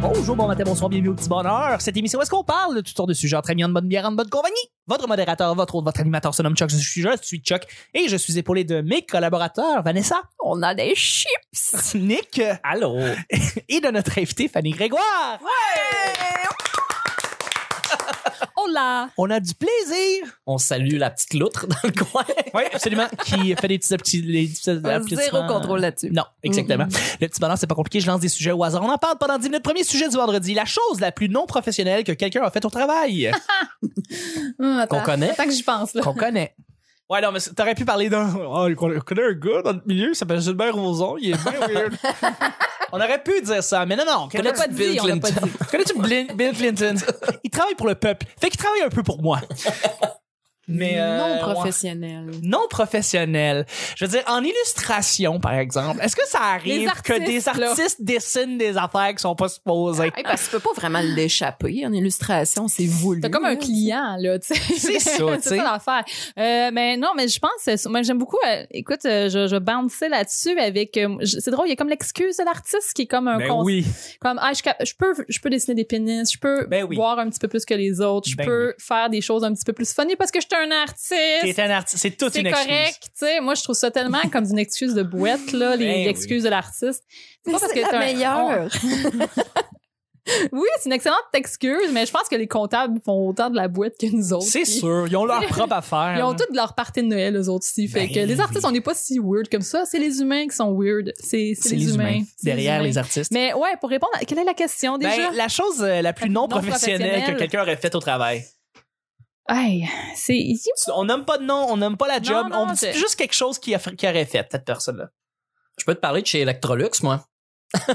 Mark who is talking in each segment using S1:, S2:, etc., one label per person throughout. S1: bonjour, bon matin, bonsoir, bienvenue au petit bonheur. Cette émission, où est-ce qu'on parle de toutes sortes de sujets entre amis, en bonne bière, en bonne compagnie? Votre modérateur, votre autre, votre animateur se nomme Chuck, je suis, je suis Chuck, et je suis épaulé de mes collaborateurs, Vanessa,
S2: On a des chips!
S1: Nick,
S3: Allô?
S1: et de notre invité, Fanny Grégoire.
S2: Oh là!
S1: On a du plaisir.
S3: On salue la petite loutre dans le coin.
S1: Oui, absolument. Qui fait des petits, petits, les petits
S2: Zéro
S1: applaudissements.
S2: contrôle là-dessus.
S1: Non, exactement.
S3: Mm-hmm.
S1: Le petit bonheur, c'est pas compliqué. Je lance des sujets au hasard. On en parle pendant 10 minutes. Premier sujet du vendredi. La chose la plus non professionnelle que quelqu'un a faite au travail.
S2: Hum, attends.
S3: Qu'on connaît.
S2: Attends que j'y pense, là.
S1: qu'on connaît. Ouais, non, mais c'est- t'aurais pu parler d'un. Oh, on connaît un gars dans le milieu, il s'appelle Gilbert Rozon, il est bien weird. on aurait pu dire ça, mais non, non.
S2: On l'a pas dit,
S3: Bill
S2: on l'a pas
S3: Clinton.
S2: dit.
S1: Connais-tu Blin- Bill Clinton? Il travaille pour le peuple. Fait qu'il travaille un peu pour moi. Mais. euh,
S2: non
S1: ouais.
S2: professionnel.
S1: Non professionnel. Je veux dire, en illustration, par exemple, est-ce que ça arrive
S2: Les artistes,
S1: que des
S2: là. Ah,
S1: artistes dessinent des affaires qui sont pas supposées?
S4: Hey, parce que tu peux pas vraiment l'échapper en illustration, c'est voulu.
S2: T'as comme un
S4: là.
S2: client, là, tu sais.
S1: C'est ça, tu sais.
S2: C'est ça l'affaire. Euh, mais non, mais je pense, euh, moi, j'aime beaucoup, euh, écoute, euh, je, je bounçais là-dessus avec, euh, je- c'est drôle, il y a comme l'excuse de l'artiste qui est comme un
S1: Ben
S2: concept.
S1: oui.
S2: Comme, ah, je, cap- je peux, je peux dessiner des pénis, je peux
S1: Ben oui.
S2: boire un petit peu plus que les autres, je
S1: Ben
S2: peux faire des choses un petit peu plus funny parce que je suis un artiste.
S1: T'es un artiste. C'est toute
S2: C'est
S1: une excuse.
S2: correct, tu sais. Moi, je trouve ça tellement comme une excuse de bouette, là, les
S1: Ben oui.
S2: excuses de l'artiste.
S4: Mais
S2: parce
S4: c'est
S2: que
S4: la
S2: t'as un- Ah,
S4: meilleure.
S2: Oui, c'est une excellente excuse, mais je pense que les comptables font autant de la bouette que nous autres.
S1: C'est
S2: Puis-
S1: sûr. Ils ont leur propre affaire.
S2: Ils ont
S1: là.
S2: toutes leur partie de Noël, eux autres aussi. Fait
S1: Ben
S2: que les artistes,
S1: oui.
S2: on n'est pas si weird comme ça. C'est les humains qui sont weird. C'est c'est les, humains. C'est
S1: Derrière
S2: humains.
S1: les artistes.
S2: Mais ouais, pour répondre, à... quelle est la question
S1: Ben,
S2: déjà?
S1: la chose euh, la plus non professionnelle que
S2: professionnelle.
S1: quelqu'un aurait faite au travail.
S2: Hey, c'est.
S1: Tu- On nomme pas de nom, on nomme pas la
S2: Non,
S1: job,
S2: non,
S1: on dit
S2: c'est-
S1: juste quelque chose qui, a fait- qui aurait fait cette personne-là.
S3: Je peux te parler de chez Electrolux, moi.
S2: Mais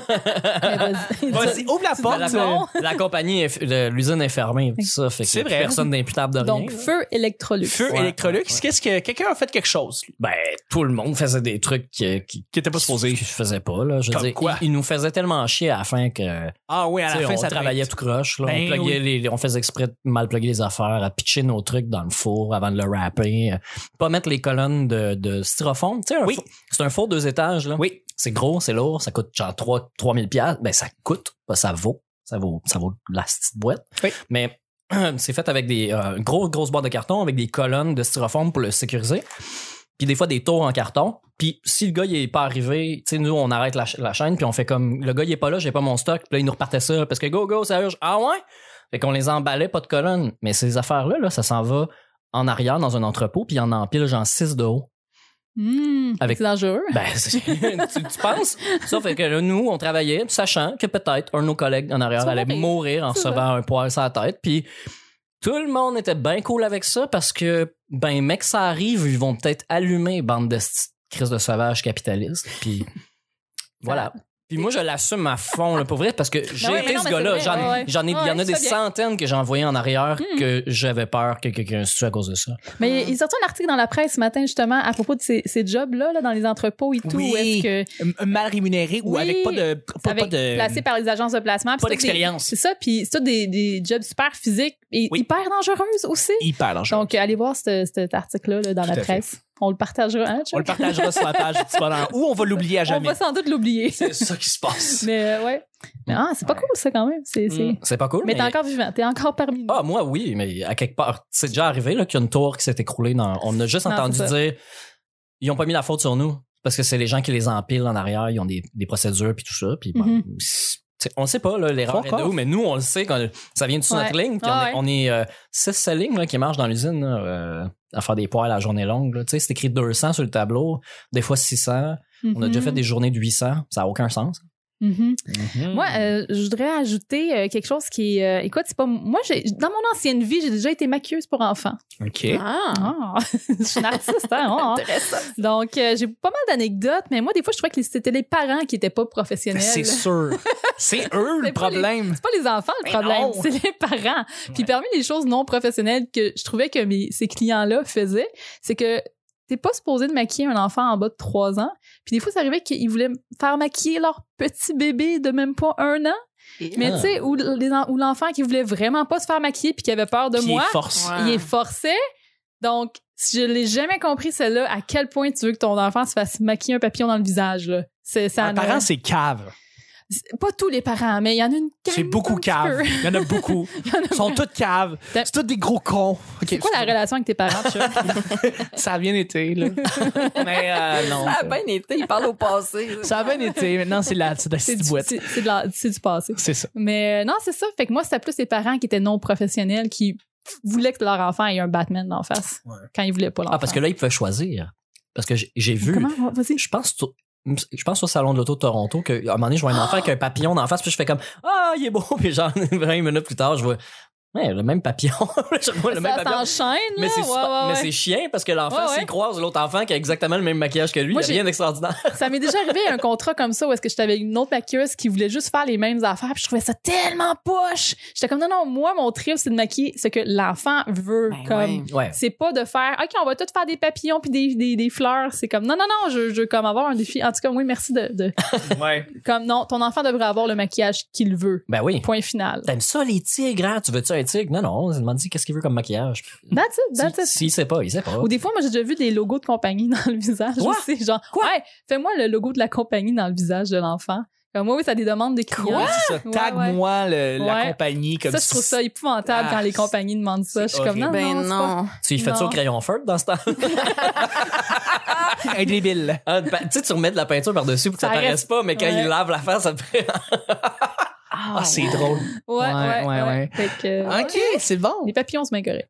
S2: Ben, vas-y.
S1: Vas-y, ouvre la porte.
S2: la
S1: euh,
S2: racontes?
S3: La compagnie, est- le- l'usine est fermée, tout ça. Fait que
S1: C'est
S3: plus
S1: vrai.
S3: Personne d'imputable de rien.
S2: Donc,
S3: là.
S2: feu électrolux.
S1: Feu
S3: Ouais,
S1: Electrolux,
S3: ouais, ouais.
S1: qu'est-ce que quelqu'un a fait quelque chose lui,
S3: Ben, tout le monde faisait des trucs qui, qui
S1: qui était pas
S3: qui se faisaient pas, là. Je veux
S1: Comme
S3: dire,
S1: quoi?
S3: Ils, ils nous faisaient tellement chier à la fin que,
S1: Ah oui, à
S3: tu sais,
S1: la fin
S3: on
S1: ça
S3: travaillait tout croche, là.
S1: Ben
S3: on, pluguait les- on faisait exprès de mal plugger les affaires, à pitcher nos trucs dans le four avant de le wrapper, euh, pas mettre les colonnes de, de styrofoam, tu sais, un
S1: Oui.
S3: four- c'est un four deux étages, là.
S1: Oui,
S3: C'est gros, c'est lourd, ça coûte genre 3, 3000 pièces. Ben ça coûte, ben, ça vaut, ça vaut, ça vaut la petite boîte.
S1: Oui.
S3: Mais c'est fait avec des euh, grosses grosses boîtes de carton avec des colonnes de styrofoam pour le sécuriser. Puis des fois des tours en carton. Puis si le gars il est pas arrivé, tu sais nous on arrête la, ch- la chaîne puis on fait comme le gars il est pas là, j'ai pas mon stock. Puis là ils nous repartaient ça parce que go go ça urge. Ah ouais. Fait qu'on les emballait pas de colonnes, mais ces affaires là là ça s'en va en arrière dans un entrepôt puis il en empile genre 6 de haut.
S2: Mmh,
S3: Avec-
S2: C'est dangereux.
S3: Ben, c'est- tu, tu penses? Ça fait que là, nous, on travaillait, sachant que peut-être un de nos collègues en arrière
S2: Tu vas
S3: allait
S2: mourir.
S3: mourir en
S2: C'est
S3: recevant un poil sur la tête. Puis tout le monde était bien cool avec ça parce que, ben, mec, ça arrive, ils vont peut-être allumer bande de sti- crises de sauvages capitalistes. Puis voilà. Puis moi, je l'assume à fond, là, pour vrai, parce que j'ai
S2: ouais, mais
S3: été
S2: Ben non, mais
S3: ce
S2: c'est
S3: gars-là.
S2: vrai,
S3: J'en
S2: ouais, ouais.
S3: j'en ai, il y en
S2: Ouais,
S3: a des
S2: c'est Hmm. bien.
S3: centaines que j'ai envoyés en arrière que j'avais peur que quelqu'un se tue à cause de ça.
S2: Mais
S1: Ah.
S2: il sortait un article dans la presse ce matin, justement, à propos de ces, ces jobs-là, là, dans les entrepôts et tout.
S1: Oui.
S2: où Est-ce que.
S1: M- mal rémunéré ou
S2: Oui,
S1: avec pas de pas,
S2: avec,
S1: pas de
S2: placé par les agences de placement. puis
S1: pas
S2: c'est tout des-
S1: d'expérience.
S2: C'est ça, puis c'est tout des, des jobs super physiques et
S1: Oui.
S2: hyper dangereuses aussi.
S1: hyper dangereux.
S2: Donc, allez voir ce- cet article-là là, dans
S1: Tout à
S2: la
S1: fait.
S2: presse. On le partagera. hein,
S1: on le
S2: Chuck?
S1: partagera sur la page du petit bonheur ou on va l'oublier à
S2: On
S1: jamais.
S2: va sans doute l'oublier.
S1: C'est ça qui se passe.
S2: Mais euh, ouais. Mais, ah, c'est pas cool ça quand même. C'est, c'est-
S1: Mm.
S3: C'est pas cool.
S2: Mais t'es encore vivant. T'es encore parmi nous.
S3: Ah, moi, oui, mais à quelque part, c'est déjà arrivé là, qu'il y a une tour qui s'est écroulée. Dans... On a juste
S2: Non,
S3: entendu
S2: c'est ça.
S3: dire ils ont pas mis la faute sur nous parce que c'est les gens qui les empilent en arrière, ils ont des, des procédures puis tout ça. Puis, bon,
S2: Mhm.
S3: c'est- t'sais, on le sait pas, là, l'erreur
S1: Fuck
S3: est de
S1: off.
S3: où, mais nous, on le sait, quand ça vient de sous
S2: Ouais. Ah
S3: notre ligne. Puis
S2: Ouais,
S3: on est, on est, euh, c'est cette ligne là, qui marche dans l'usine là, euh, à faire des poils à la journée longue. là. Tu sais, C'est écrit 200 sur le tableau, des fois 600. On a déjà fait des journées de 800, ça n'a aucun sens.
S2: Mhm.
S1: Mm.
S2: Moi, euh, je voudrais ajouter euh, quelque chose qui est. euh, écoute, c'est pas. Moi, j'ai, dans mon ancienne vie, j'ai déjà été maquilleuse pour enfants.
S1: OK.
S4: Ah,
S2: Ah, je suis une artiste, hein? ah.
S4: intéressant.
S2: Donc, euh, j'ai pas mal d'anecdotes, mais moi, des fois, je trouvais que c'était les parents qui étaient pas professionnels.
S1: Ben, C'est sûr. C'est eux le
S2: C'est pas les-
S1: problème.
S2: C'est pas les enfants le
S1: Mais
S2: problème,
S1: non.
S2: c'est les parents. Puis parmi les choses non professionnelles que je trouvais que mes, ces clients-là faisaient, c'est que t'es pas supposé de maquiller un enfant en bas de 3 ans. Puis des fois, ça arrivait qu'ils voulaient faire maquiller leur petit bébé de même pas un an. Mais
S3: Ah.
S2: tu sais, ou, les en- ou l'enfant qui voulait vraiment pas se faire maquiller puis qui avait peur de
S1: Qui est
S2: moi,
S1: force.
S4: Ouais.
S2: il est forcé. Donc, si je l'ai jamais compris, celle-là, à quel point tu veux que ton enfant se fasse maquiller un papillon dans le visage, là. C'est, ça
S1: Un
S2: ne-
S1: parent, c'est cave.
S2: c'est- pas tous les parents, mais il y en a une
S1: C'est
S2: gang
S1: beaucoup
S2: un petit
S1: cave.
S2: peu.
S1: Il y en a beaucoup. Ils sont toutes caves.
S2: T'as-
S1: C'est tous des gros cons. Ok,
S2: C'est quoi la relation avec tes parents, Chuck?
S1: Ça a bien été, là. Mais euh, non.
S4: Ça a bien été, il parle au passé.
S1: Ça a bien été. Maintenant, c'est la, c'est de la
S2: C'est du,
S1: petite boîte.
S2: c'est- c'est de la- c'est du passé.
S1: C'est ça.
S2: Mais euh, non, c'est ça. Fait que moi, c'était plus les parents qui étaient non professionnels qui voulaient que leur enfant ait un Batman d'en face
S1: Ouais.
S2: quand ils voulaient pas l'enfant.
S3: Ah, parce que là, ils pouvaient choisir. Parce que j'ai- j'ai vu.
S2: Comment? Vas-y.
S3: Je pense. tu- Je pense au salon de l'auto de Toronto qu'à un moment donné, je vois un enfant avec un papillon d'en face, puis je fais comme Ah, il est beau, puis genre 20 minutes plus tard, je vois Ouais, le même papillon. je vois le même
S2: Ça
S3: papillon.
S2: s'enchaîne,
S3: Mais
S2: là.
S3: c'est
S2: Ouais,
S3: super-
S2: ouais,
S3: mais
S2: ouais.
S3: c'est chiant parce que l'enfant,
S2: Ouais, ouais.
S3: s'il croise l'autre enfant qui a exactement le même maquillage que lui,
S2: Moi,
S3: il y a
S2: j'ai-
S3: rien d'extraordinaire.
S2: Ça m'est déjà arrivé un contrat comme ça où est-ce que j'étais avec une autre maquilleuse qui voulait juste faire les mêmes affaires puis je trouvais ça tellement poche. J'étais comme non non, moi mon trip c'est de maquiller ce que l'enfant veut
S4: Ben
S2: comme
S4: ouais.
S3: Ouais.
S2: c'est pas de faire OK, on va tout faire des papillons puis des, des, des fleurs, c'est comme non non non, je, je veux comme avoir un défi. En tout cas, oui, merci de, de
S1: Ouais.
S2: comme non, ton enfant devrait avoir le maquillage qu'il veut.
S3: Ben oui.
S2: Point final.
S3: T'aimes ça les tigres, hein? Tu veux-tu un tigre? Non, non, il m'a dit qu'est-ce qu'il veut comme maquillage.
S2: That's it, that's it.
S3: S'il si, sait pas, il sait pas.
S2: Ben, Ou des fois, moi, j'ai déjà vu des logos de compagnie dans le visage.
S3: Quoi?
S2: aussi, genre, Hey, fais-moi le logo de la compagnie dans le visage de l'enfant. Comme, moi, oui, ça a des demandes de clients.
S1: Ouais, c'est ça.
S2: Ouais,
S1: Tague-moi le- la
S2: Ouais.
S1: compagnie comme
S2: Ça, je trouve ça épouvantable
S1: Ah,
S2: quand les compagnies demandent ça. Je suis comme,
S1: horrible.
S2: non,
S4: Ben
S2: non, c'est pas-
S4: non.
S3: Tu y fais ça
S2: Non.
S3: au crayon feu dans ce temps?
S1: Un débile.
S3: Ah, ben, tu sais, tu remets de la peinture par-dessus pour que ça,
S2: Ça
S3: paraisse
S2: reste-
S3: pas, mais quand
S2: Ouais.
S3: il lave la face, ça fait.
S1: Ah, c'est drôle.
S2: Ouais, ouais,
S1: Ouais,
S2: ouais.
S1: ouais, ouais. Ah.
S2: Fait que, euh,
S1: Ok, c'est bon.
S2: Les papillons, c'est bien correct.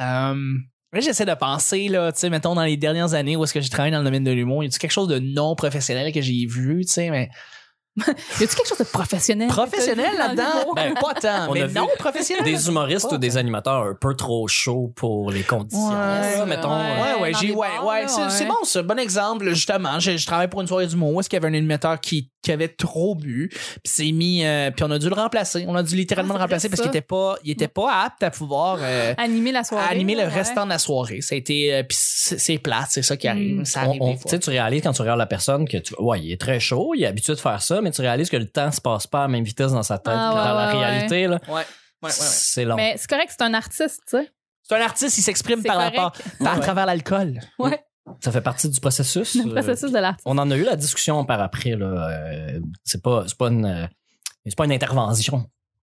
S1: Euh, là, j'essaie de penser, là, tu sais, mettons, dans les dernières années où est-ce que j'ai travaillé dans le domaine de l'humour, y a-tu quelque chose de non professionnel que j'ai vu, tu sais, mais
S2: Y a-tu quelque chose de professionnel?
S1: professionnel
S2: que t'as vu dans
S1: là-dedans?
S2: l'humour?
S1: Ben, pas tant,
S3: On
S1: mais
S3: a vu
S1: non professionnel.
S3: Des humoristes ou des animateurs un peu trop chauds pour les conditions.
S1: Ouais.
S3: Ça, mettons.
S2: Ouais.
S3: euh,
S1: Ouais, ouais,
S2: dans
S1: j'ai,
S2: les
S1: ouais,
S2: bars,
S1: ouais,
S2: là,
S1: c'est,
S2: ouais.
S1: c'est bon, ça. Bon exemple, justement. Je, je travaille pour une soirée d'humour où est-ce qu'il y avait un animateur qui, qui avait trop bu, puis s'est mis, euh, puis on a dû le remplacer. On a dû littéralement
S2: Ah,
S1: le
S2: c'est
S1: remplacer
S2: vrai,
S1: parce
S2: ça.
S1: qu'il était pas, il était pas apte à pouvoir. euh,
S2: Animer la soirée.
S1: à animer le
S2: ouais.
S1: restant de la soirée. Ça a été, euh, puis c'est, c'est plate, c'est ça qui arrive.
S2: Mm.
S1: Ça
S3: on-
S1: arrive
S3: on-
S1: des
S3: tu
S1: fois.
S3: sais, tu réalises quand tu regardes la personne que tu, ouais, il est très chaud, il est habitué de faire ça, mais tu réalises que le temps se passe pas à la même vitesse dans sa tête
S2: Ah,
S3: que dans la
S2: ouais, ouais,
S3: réalité. Là,
S1: Ouais, ouais, ouais, ouais.
S3: C'est long.
S2: Mais c'est correct, c'est un artiste, tu sais.
S1: C'est un artiste, il s'exprime
S2: C'est
S1: par, la
S2: correct.
S1: par, par à
S3: Ouais.
S1: travers l'alcool.
S2: Ouais,
S3: Ça fait partie du processus.
S2: le
S3: euh,
S2: processus de l'artiste.
S3: on en a eu la discussion par après. Là. euh, c'est pas, c'est pas une, euh, c'est pas une intervention.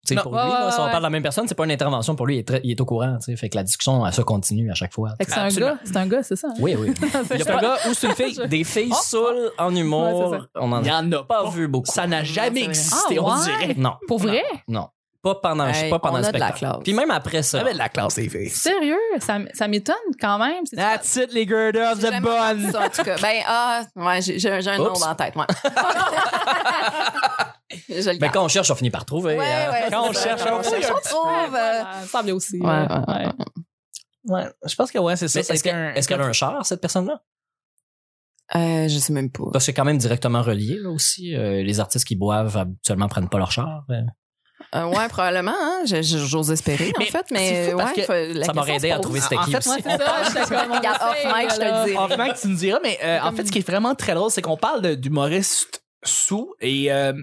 S3: Tu sais,
S1: Non.
S3: pour
S2: Ouais,
S3: lui,
S2: ouais,
S3: là, si on
S2: ouais.
S3: parle de la même personne, c'est pas une intervention. Pour lui, il est, très- il est au courant. tu sais. Fait que la discussion, elle se continue à chaque fois.
S2: Fait que c'est un
S1: Absolument.
S2: gars, c'est un gars, c'est ça. hein?
S3: Oui, oui. Il y a pas un gars ou c'est une fille. Des filles saoules en humour,
S2: Ouais, c'est ça.
S3: on en
S1: Il y
S3: a
S1: en a
S3: pas
S1: pas vu.
S3: vu beaucoup.
S1: Ça n'a jamais
S4: Non, c'est
S1: existé,
S2: Ah, vrai.
S1: on
S2: Ah, ouais?
S1: dirait.
S3: Non,
S2: Pour vrai?
S3: non. Pas pendant,
S4: Hey,
S3: pas pendant
S4: on
S3: le
S4: a de la
S3: spectacle.
S4: classe.
S3: Puis même après
S1: Ça
S3: ça.
S1: avait de la classe, les filles.
S2: Sérieux? Ça, m- ça m'étonne quand même. C'est-
S4: Ah,
S1: That's it, les girls,
S4: J'ai
S1: de
S4: jamais entendu
S1: bonne.
S4: ça, en tout cas. Ben, ah, ouais, j'ai, j'ai un- j'ai un nom
S3: Oups.
S4: dans la tête, ouais. je le
S3: Mais
S4: garde.
S3: ben, quand on cherche, on finit par trouver. hein.
S1: Ben, Quand on cherche, on
S4: trouve.
S1: cherche.
S4: On trouve. euh,
S2: Ça me semblait aussi.
S4: Ouais,
S2: euh,
S4: ouais, ouais.
S1: Ouais, je pense que ouais, c'est ça.
S3: Mais
S1: ça a
S3: est-ce
S1: été
S3: que-
S1: un-
S3: est-ce qu'elle a un char, cette personne-là?
S4: Euh, je sais même pas.
S2: Bah.
S3: Parce que c'est quand même directement relié là, aussi. Euh, les artistes qui boivent habituellement prennent pas leur char. Euh,
S4: Euh, ouais, probablement, hein. Je- je- J'ose espérer, en
S1: Mais
S4: fait,
S1: c'est
S4: mais
S1: fou parce
S4: ouais,
S1: que
S4: faut- la
S3: ça m'aurait
S4: question
S3: aidé
S4: se
S3: à
S4: pose.
S3: trouver cette
S1: En
S3: équipe.
S1: fait,
S2: Ouais, c'est ça, j'étais comme, on
S4: Regarde, off
S2: essaye,
S4: mic, je te
S2: là.
S4: le dis.
S1: Honnêtement, que tu me diras, mais euh, en
S2: Comme-
S1: fait, ce qui est vraiment très drôle, c'est qu'on parle de- d'humoristes sous et euh,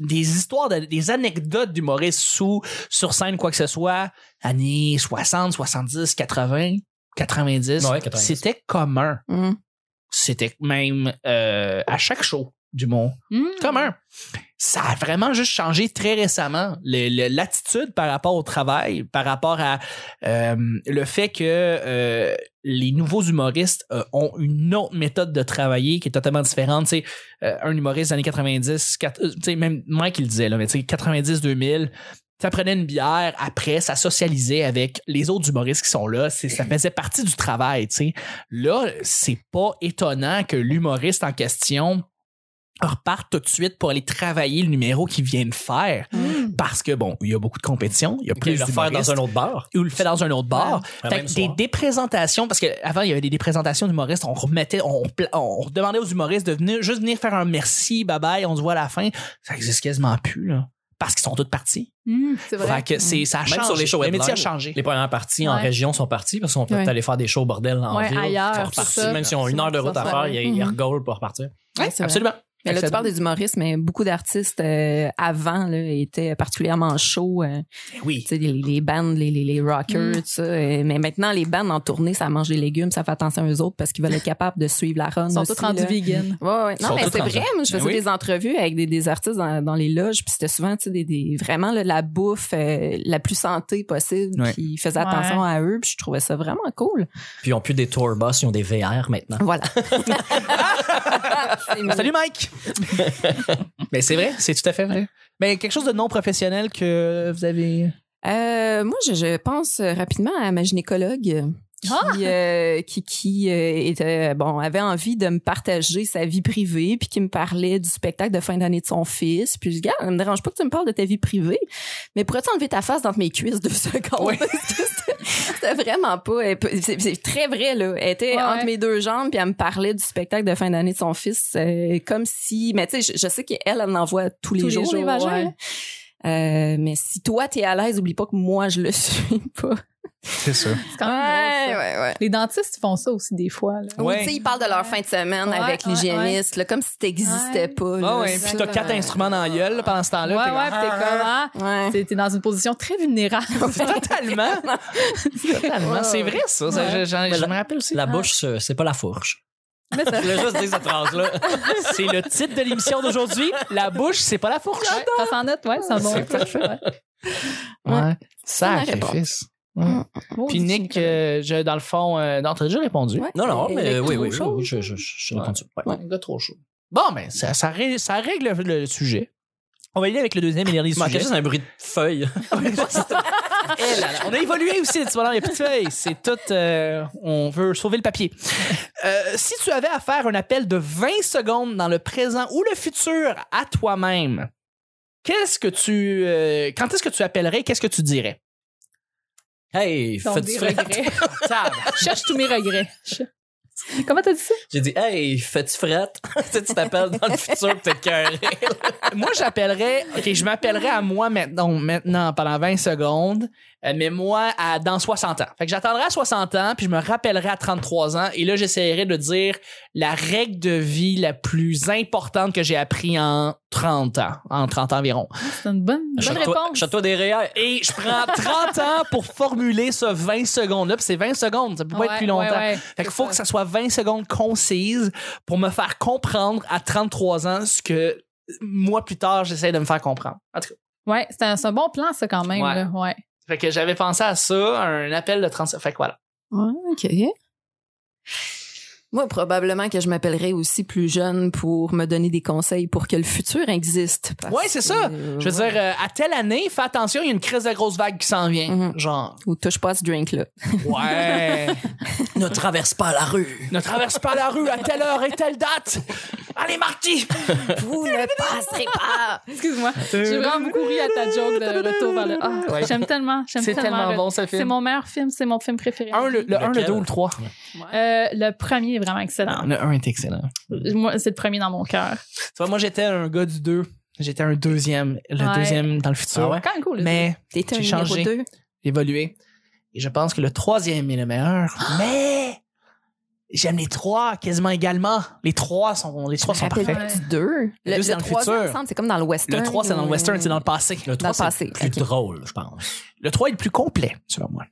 S1: des histoires, de- des anecdotes d'humoristes sous, sur scène, quoi que ce soit, années 60, 70, 80, 90.
S3: Ouais, 90.
S1: C'était commun.
S2: Mm-hmm.
S4: Hum.
S1: C'était même euh, à chaque show du monde.
S2: Hmm.
S1: Commun. Ça a vraiment juste changé très récemment. Le- le- L'attitude par rapport au travail, par rapport à euh, le fait que euh, les nouveaux humoristes euh, ont une autre méthode de travailler qui est totalement différente. Tu sais, euh, un humoriste des années 90, quat- euh, tu sais, même Mike il le disait, là, mais tu sais, 90-2000, ça prenait une bière, après, ça socialisait avec les autres humoristes qui sont là. C'est- Ça faisait partie du travail. tu sais. Là, c'est pas étonnant que l'humoriste en question reparte tout de suite pour aller travailler le numéro qu'il vient de faire.
S2: Hmm.
S1: Parce que, bon, il y a beaucoup de compétition, il y a
S3: Puis
S1: plus
S3: le
S1: de
S3: faire dans un autre bar.
S1: ou le fait dans un autre bar.
S3: Ouais,
S1: Fait
S3: même
S1: que des
S3: soir.
S1: déprésentations, parce qu'avant, il y avait des déprésentations d'humoristes, on remettait, on, pla- on demandait aux humoristes de venir, juste venir faire un merci, bye bye, on se voit à la fin. Ça existe quasiment plus, là. Parce qu'ils sont tous partis.
S2: Hmm, c'est vrai.
S1: Fait que c'est, ça a
S3: Même
S1: changé.
S3: sur les shows
S1: Le métier a
S3: headline,
S1: changé.
S3: Les premières parties en
S2: Ouais.
S3: région sont parties parce qu'on peut
S4: Ouais.
S3: aller faire des shows au bordel en
S2: Ouais,
S3: ville.
S2: ailleurs,
S3: Ils sont
S2: c'est
S3: repartis,
S2: ça.
S3: même si on a une heure de route à
S2: Ça, Mm-hmm.
S3: faire,
S2: ouais.
S3: ils, ils
S4: Mhm.
S3: regolent pour repartir.
S4: Ouais, c'est vrai.
S1: Absolument.
S4: Mais là,
S1: Fait que
S4: tu
S1: ça-
S4: parles des humoristes, mais beaucoup d'artistes euh, avant là, étaient particulièrement chauds. euh,
S3: Ben
S1: Oui.
S4: tu sais, les, les bands, les, les, les rockers,
S2: Mm.
S4: tout ça. euh, Mais maintenant, les bands en tournée, ça mange des légumes, ça fait attention aux autres parce qu'ils veulent être capables de suivre la run.
S2: Ils sont
S4: aussi,
S2: tous rendus
S4: là.
S2: vegan.
S4: Ouais, ouais.
S3: Ils sont
S4: Non, mais
S3: tous
S4: c'est
S3: rendus-
S4: vrai. Moi, je
S3: Ben
S4: faisais
S3: oui.
S4: des entrevues avec des, des artistes dans, dans les loges, puis c'était souvent tu sais, des, des, vraiment là, la bouffe euh, la plus santé possible,
S1: Ouais.
S4: puis ils faisaient
S2: Ouais.
S4: attention à eux, puis je trouvais ça vraiment cool.
S3: Puis ils ont plus des tour bus, ils ont des VR maintenant.
S4: Voilà. C'est
S3: Ah,
S4: mignon.
S1: Salut Mike! Mais c'est vrai, c'est tout à fait vrai. Mais Ben, quelque chose de non professionnel que vous avez.
S4: Euh, moi, je, je pense euh, rapidement à ma gynécologue qui,
S2: Ah!
S4: euh, qui, qui, euh, était, bon, avait envie de me partager sa vie privée, puis qui me parlait du spectacle de fin d'année de son fils. Puis je dis, ne me dérange pas que tu me parles de ta vie privée, mais pourrais-tu enlever ta face dans mes cuisses deux secondes?
S1: Oui.
S4: Parce que c'était- c'était vraiment pas... elle peut- C'est c'est très vrai, là. Elle était
S2: Ouais, ouais.
S4: entre mes deux jambes, puis elle me parlait du spectacle de fin d'année de son fils, euh, comme si... Mais tu sais, je, je sais qu'elle, elle en envoie tous les
S2: Tous les
S4: jours.
S2: jours, les vagins,
S4: ouais.
S2: là.
S4: Euh, mais si toi t'es à l'aise, oublie pas que moi je le suis pas.
S1: C'est sûr.
S2: C'est quand même drôle, ça. Les dentistes font ça aussi des fois. là.
S4: Ou,
S1: Ouais.
S4: tu sais, ils parlent de leur fin de semaine
S2: Ouais,
S4: avec
S2: ouais,
S4: l'hygiéniste, là, comme si t'existais
S2: Ouais.
S4: pas.
S1: Ah
S4: là.
S1: ouais, puis t'as quatre instruments dans la gueule là, pendant ce temps-là.
S2: ouais,
S1: t'es
S2: ouais, pis t'es comme, ah,
S4: euh, Ouais.
S2: t'es t'es dans une position très vulnérable.
S1: comme, Totalement! Totalement.
S4: Ouais.
S1: ah, C'est vrai, ça. ça, je- j'en- je
S3: Ouais.
S1: me rappelle aussi.
S3: La bouche, c'est- c'est pas la fourche.
S2: Mais ça-
S3: Je voulais juste dire cette phrase-là.
S1: C'est le titre de l'émission d'aujourd'hui. La bouche, c'est pas la fourche.
S2: Ouais, prends ça en note, ouais, c'est un bon.
S1: C'est parfait.
S2: Ouais.
S1: Ouais.
S4: ma réponse.
S1: Sacrifice. Ouais.
S4: Mm.
S2: Bon,
S1: Puis Nick, euh, je, dans le fond, euh, non, t'as déjà répondu.
S4: Ouais.
S3: Non, non,
S4: Et
S3: mais
S4: avec
S3: oui,
S4: trop
S3: oui,
S4: chaud.
S3: oui, je, je, je, je
S1: Ouais.
S3: réponds dessus. Ouais.
S1: Un gars trop chaud. Bon, ben, ça, ça, ré- ça règle le, le sujet. On va y aller avec le deuxième et dernier
S3: Il manquait
S1: sujet.
S3: juste un bruit de feuille.
S1: Eh là là, on a évolué aussi, tu vois, dans les petites feuilles. C'est tout. euh, on veut sauver le papier. Euh, si tu avais à faire un appel de 20 secondes dans le présent ou le futur à toi-même, qu'est-ce que tu. euh, quand est-ce que tu appellerais? Qu'est-ce que tu dirais?
S3: Hey,
S2: donc,
S3: faites
S2: des
S3: du fret.
S2: regrets.
S1: Ça,
S2: Je cherche tous mes regrets. Je- Comment t'as dit ça?
S3: J'ai dit, hey, fais-tu fret? tu sais, tu t'appelles dans le futur, peut-être qu'un
S1: moi, j'appellerais. OK, je m'appellerais à moi maintenant, maintenant pendant 20 secondes, euh, mais moi à, dans 60 ans. Fait que j'attendrai à 60 ans, puis je me rappellerai à 33 ans, et là, j'essaierai de dire la règle de vie la plus importante que j'ai appris en 30 ans, en 30 ans environ.
S2: C'est une bonne, bonne réponse.
S3: Chante-toi des réels.
S1: Et je prends 30 ans pour formuler ce 20 secondes-là, puis c'est 20 secondes, ça peut pas
S2: Ouais,
S1: être plus longtemps.
S2: ouais, ouais.
S1: Fait qu'il faut que ça soit 20 secondes concises pour me faire comprendre à 33 ans ce que moi plus tard j'essaie de me faire comprendre. En tout cas,
S2: Ouais, c'est un, c'est un bon plan, ça, quand même.
S1: Ouais.
S2: Là. Ouais.
S1: fait que j'avais pensé à ça, un appel de 30 Fait que voilà.
S4: Ouais, OK. Moi, probablement que je m'appellerais aussi plus jeune pour me donner des conseils pour que le futur existe. parce
S1: Ouais, c'est ça.
S4: que-
S1: Je veux dire, euh, à telle année, fais attention, il y a une crise de grosse vague qui s'en vient.
S4: Mhm.
S1: Genre,
S4: Ou touche pas à ce drink-là.
S1: Mm-hmm. ouais,
S3: Ne traverse pas la rue.
S1: ne traverse pas la rue à telle heure et telle date. Allez, Marty!
S4: Vous ne passerez pas.
S2: Excuse-moi. J'ai vraiment beaucoup ri à ta joke de retour vers le. Ah,
S1: Ouais.
S2: J'aime tellement. J'aime
S1: C'est
S2: tellement.
S1: tellement
S2: le-
S1: bon, ce film.
S2: C'est mon meilleur film. C'est mon film préféré.
S1: Un, le, le 1, le
S3: Lequel?
S1: 2 ou le 3.
S2: Euh, le premier est vraiment excellent.
S1: Le 1 est excellent.
S2: Moi, c'est le premier dans mon cœur.
S1: Tu vois, moi, j'étais un gars du 2. J'étais un deuxième. Le
S2: Ouais.
S1: deuxième dans le futur.
S3: Ah ouais?
S2: Quand même cool. le
S1: Mais
S4: T'étais un
S1: J'ai
S4: numéro
S1: changé.
S4: deux.
S1: évolué. Et je pense que le troisième est le meilleur.
S4: Ah!
S1: Mais j'aime les trois quasiment également. Les trois sont, les trois sont
S4: Rappelle
S1: parfaits.
S4: plus du deux.
S1: Le
S4: Le,
S1: deux, c'est
S4: le
S1: dans le futur.
S4: troisième, il me semble, c'est comme dans le western.
S1: Le 3, c'est dans le
S4: ou- euh,
S1: western, c'est dans le passé. Le 3,
S4: Dans le passé.
S3: Plus
S4: ok.
S3: drôle, je pense.
S1: le 3 est le plus complet, selon moi.